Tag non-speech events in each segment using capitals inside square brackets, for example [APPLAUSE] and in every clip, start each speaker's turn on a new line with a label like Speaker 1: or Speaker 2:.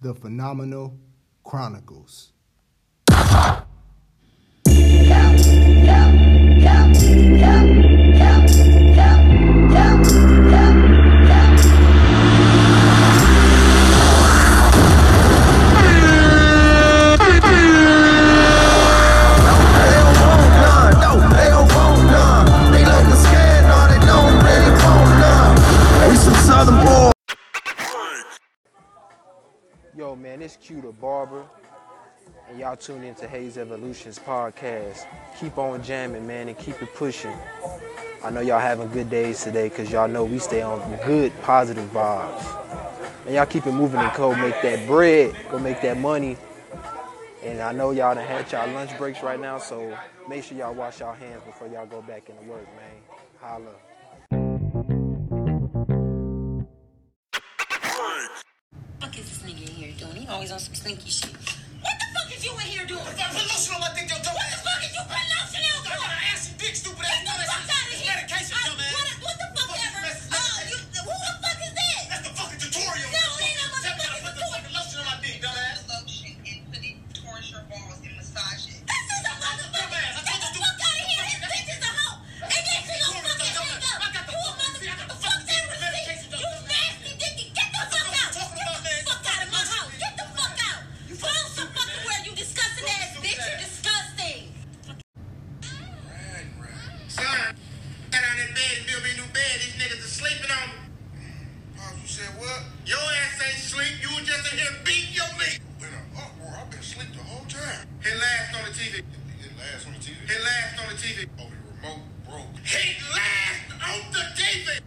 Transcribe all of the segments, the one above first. Speaker 1: The Phenomenal Chronicles.
Speaker 2: Yo, man, it's Q the Barber, and y'all tuned into Hayes Evolutions podcast. Keep on jamming, man, and keep it pushing. I know y'all having good days today because y'all know we stay on good, positive vibes. And y'all keep it moving and go make that bread, go make that money. And I know y'all done had y'all lunch breaks right now, so make sure y'all wash y'all hands before y'all go back into work, man. Holla.
Speaker 3: fuck is this nigga in here doing? He always on some slinky shit. What the fuck is you in here doing?
Speaker 4: If I put lotion on my dick, your dumb
Speaker 3: What the
Speaker 4: ass.
Speaker 3: fuck is you putting lotion on
Speaker 4: I
Speaker 3: for?
Speaker 4: got an ass and dick, stupid ass.
Speaker 3: Get the fuck out of here.
Speaker 4: Medication,
Speaker 3: I-
Speaker 4: dumb ass.
Speaker 3: What, what the fuck
Speaker 4: Fucking
Speaker 3: ever?
Speaker 4: mess-
Speaker 3: Oh, you, who the fuck is that?
Speaker 4: That's the fucking tutorial.
Speaker 3: No, it ain't no motherfucking
Speaker 4: Put the fucking lotion on my dick, dumb ass.
Speaker 5: lotion and put it towards your balls and massage it.
Speaker 3: This is a motherfucking,
Speaker 4: Dumbass, I
Speaker 3: get
Speaker 4: told
Speaker 3: the
Speaker 4: you to-
Speaker 3: fuck out of here. This bitch is a hoe. And then she gonna fucking hang up. You a motherfucking, fuck that receipt. You nasty dicky. Get the fuck out. Get the fuck out of my house. Get the fuck out. Phone some fucking where you disgusting ass bitch. You disgusting.
Speaker 4: Son, got out of bed and built me a new bed. These niggas are sleeping on me. Pop, you said what? Your ass ain't sleep. You was just in here beating your meat. In an uproar. I've been asleep the whole time. Hit last on the TV. Hit last on the TV. Hit last on the TV. Oh, the remote broke. Hit last on the TV.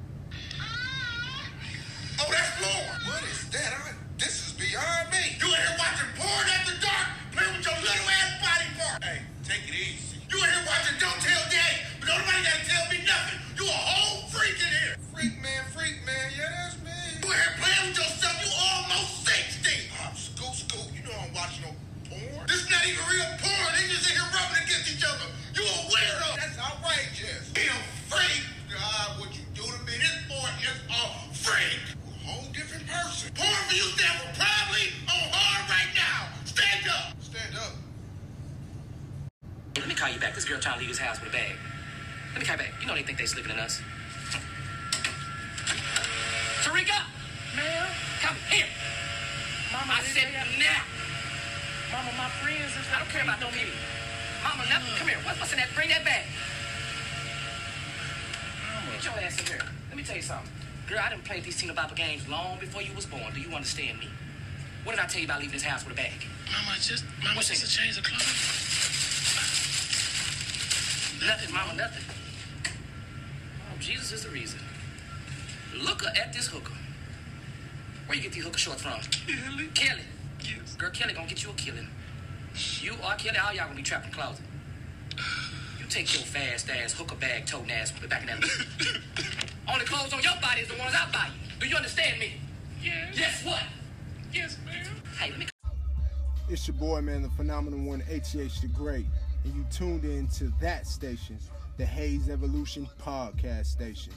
Speaker 4: Oh, that's Lauren. What is that? I, this is beyond me. You in here watching porn after dark, playing with your little ass body part. Hey, take it easy. You in here watching Don't Tell Daddy, but don't nobody gotta tell me nothing. You a whole freak in here. Freak man, freak man, yeah, that's me. You in here playing with yourself, you almost Oh, 60. I'm school, school, you know I'm watching no porn. This not even real porn. They just in here rubbing against each other. You a weirdo. That's outrageous. Be a freak. God, what you do to me? This boy is a freak. A whole different person. Porn for you that were probably on hard right now. Stand up. Stand up.
Speaker 6: Let me call you back. This girl trying to leave this house with a bag. Let me call you back. You know they think they sleeping in us. Tarika! Ma'am? Come here! Mama, I said now! Mama, my friends is I don't care about no me. Mama, nothing. Come here. What's, what's in that? Bring that back. Get your ass in here. Let me tell you something. Girl, I done played these Tina Baba games long before you was born. Do you understand me? What did I tell you about leaving this house with a bag?
Speaker 7: Mama, just mama,
Speaker 6: What's
Speaker 7: just
Speaker 6: it?
Speaker 7: a change of clothes.
Speaker 6: Nothing, mama, nothing. Oh, Jesus is the reason. Look at this hooker. Where you get these hooker shorts from?
Speaker 7: Kelly?
Speaker 6: Kelly.
Speaker 7: Yes.
Speaker 6: Girl, Kelly gonna get you a killing. You are Kelly, all y'all gonna be trapped in the closet. You take your fast ass hooker bag toting ass put it back in that little.
Speaker 7: [COUGHS]
Speaker 6: Only clothes on your body is the ones I buy you. Do you understand me?
Speaker 7: Yes.
Speaker 6: Yes, what?
Speaker 7: Yes, ma'am.
Speaker 6: Hey, let me
Speaker 1: It's your boy, man, the phenomenal one, HH the Great, and you tuned in to that station, the Hayes Evolution Podcast Station.